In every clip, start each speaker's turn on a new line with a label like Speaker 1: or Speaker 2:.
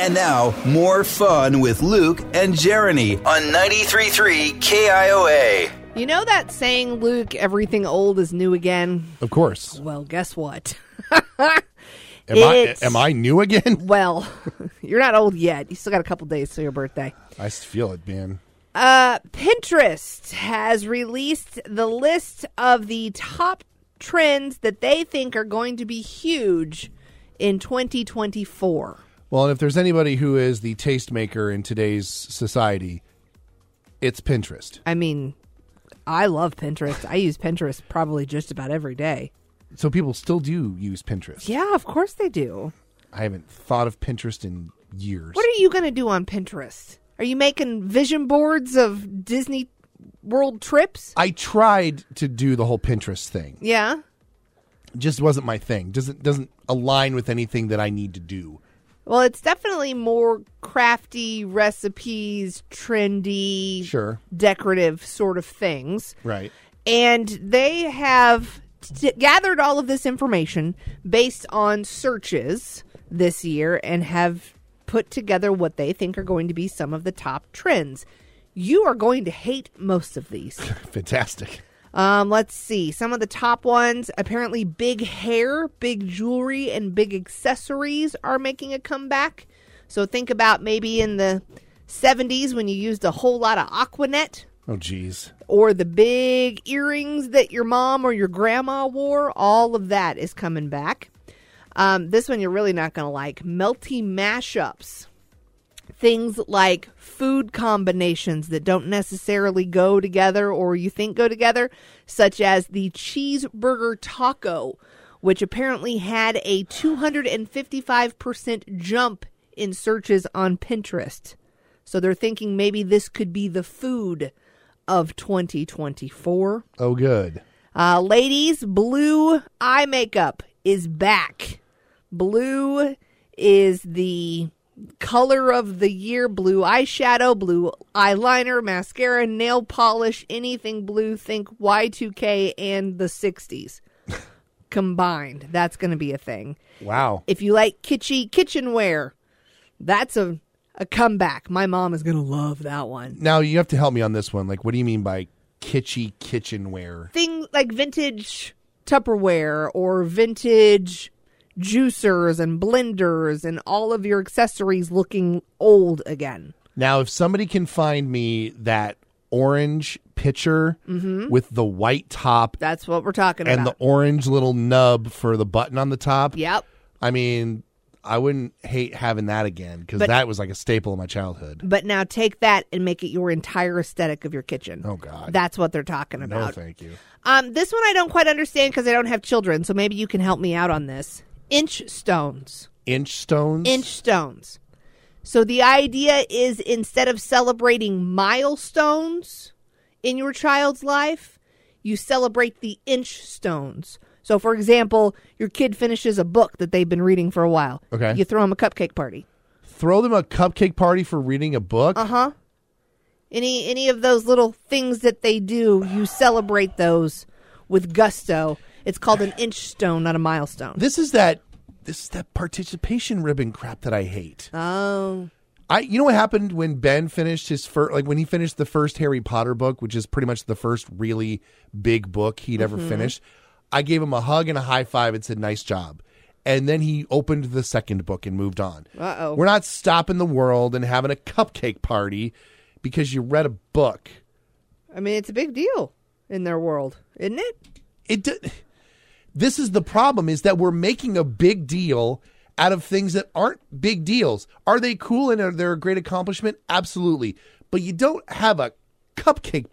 Speaker 1: And now, more fun with Luke and Jeremy on 93.3 KIOA.
Speaker 2: You know that saying, Luke, everything old is new again?
Speaker 3: Of course.
Speaker 2: Well, guess what?
Speaker 3: Am I
Speaker 2: It's-
Speaker 3: am I new again?
Speaker 2: well, you're not old yet. You still got a couple days till your birthday.
Speaker 3: I feel it, man.
Speaker 2: Uh, Pinterest has released the list of the top trends that they think are going to be huge in 2024.
Speaker 3: Well, and if there's anybody who is the tastemaker in today's society, it's Pinterest.
Speaker 2: I mean, I love Pinterest. I use Pinterest probably just about every day.
Speaker 3: So people still do use Pinterest.
Speaker 2: Yeah, of course they do.
Speaker 3: I haven't thought of Pinterest in years.
Speaker 2: What are you going to do on Pinterest? Are you making vision boards of Disney World trips?
Speaker 3: I tried to do the whole Pinterest thing.
Speaker 2: Yeah.
Speaker 3: just wasn't my thing. Doesn't doesn't align with anything that I need to do.
Speaker 2: Well, it's definitely more crafty recipes, trendy,
Speaker 3: Sure.
Speaker 2: decorative sort of things.
Speaker 3: Right.
Speaker 2: And they have t- gathered all of this information based on searches this year and have put together what they think are going to be some of the top trends. You are going to hate most of these.
Speaker 3: Fantastic.
Speaker 2: Um, let's see. Some of the top ones apparently big hair, big jewelry, and big accessories are making a comeback. So think about maybe in the 70s when you used a whole lot of Aquanet
Speaker 3: Oh geez.
Speaker 2: or the big earrings that your mom or your grandma wore. All of that is coming back. Um, this one you're really not going to like melty mashups. Things like food combinations that don't necessarily go together or you think go together, such as the cheeseburger taco, which apparently had a 255% jump in searches on Pinterest. So they're thinking maybe this could be the food of 2024.
Speaker 3: Oh good.
Speaker 2: Uh, ladies, blue eye makeup is back. Blue is the color of the year blue eyeshadow, blue eyeliner, mascara, nail polish, anything blue. Think Y2K and the 60s combined. That's going to be a thing.
Speaker 3: Wow.
Speaker 2: If you like kitschy kitchenware, that's a, a comeback. My mom is going to love that one.
Speaker 3: Now you have to help me on this one. Like what do you mean by kitschy kitchenware?
Speaker 2: thing like vintage Tupperware or vintage juicers and blenders and all of your accessories looking old again.
Speaker 3: Now if somebody can find me that orange pitcher
Speaker 2: Mm-hmm.
Speaker 3: with the white top
Speaker 2: That's what we're talking
Speaker 3: and the
Speaker 2: about.
Speaker 3: orange little nub for the button on the top.
Speaker 2: yep.
Speaker 3: I mean, I wouldn't hate having that again because
Speaker 2: But-
Speaker 3: that was like a staple of my childhood.
Speaker 2: But now take that and make it your entire aesthetic of your kitchen.
Speaker 3: Oh, God.
Speaker 2: That's what they're talking
Speaker 3: No,
Speaker 2: about.
Speaker 3: thank you.
Speaker 2: um, this one I don't quite understand because I don't have children, so maybe you can help me out on this. Inch stones.
Speaker 3: Inch stones.
Speaker 2: inch stones. So the idea is instead of celebrating milestones in your child's life, you celebrate the inch stones. So, for example, your kid finishes a book that they've been reading for a while.
Speaker 3: Okay.
Speaker 2: You throw them a cupcake party.
Speaker 3: throw them a cupcake party for reading a book.
Speaker 2: Uh huh. Any any of those little things that they do, you celebrate those with gusto. It's called an inch stone, not a milestone.
Speaker 3: This is that this is that participation ribbon crap that I hate.
Speaker 2: Oh,
Speaker 3: I you know what happened when Ben finished his first like when he finished the first Harry Potter book, which is pretty much the first really big book he'd ever finished. I gave him a hug and a high five and said nice job. And then he opened the second book and moved on.
Speaker 2: Uh-oh.
Speaker 3: We're not stopping the world and having a cupcake party because you read a book.
Speaker 2: I mean, it's a big deal in their world, isn't it?
Speaker 3: it d- this is the problem is that we're making a big deal out of things that aren't big deals are they cool and are they a great accomplishment absolutely but you don't have a cupcake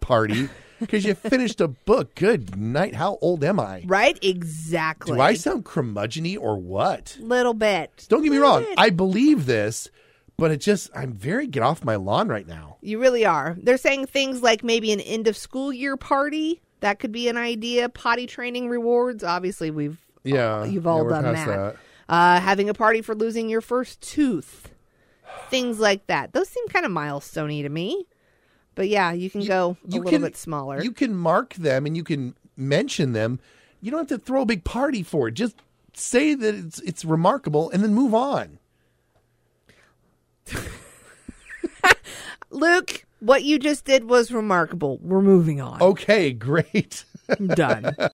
Speaker 3: party because you finished a book good night how old am i
Speaker 2: Right? Exactly.
Speaker 3: do i sound curmudgeony or what
Speaker 2: Little bit.
Speaker 3: don't get me
Speaker 2: Little
Speaker 3: wrong
Speaker 2: bit.
Speaker 3: i believe this but it just i'm very get off my lawn right now
Speaker 2: you really are. They're saying things like maybe an end of school year party. That could be an idea. Potty training rewards. Obviously, we've
Speaker 3: Yeah,
Speaker 2: Oh, you've
Speaker 3: yeah,
Speaker 2: all
Speaker 3: we're
Speaker 2: done
Speaker 3: past
Speaker 2: that. Uh, having a party for losing your first tooth. Things like that. Those seem kind of milestoney to me. But yeah, you can go a little bit smaller.
Speaker 3: You can mark them and you can mention them. You don't have to throw a big party for it. Just say that it's it's remarkable and then move on.
Speaker 2: Luke,
Speaker 3: Oh.
Speaker 2: what you just did was remarkable. We're moving on.
Speaker 3: Okay, great.
Speaker 2: I'm done.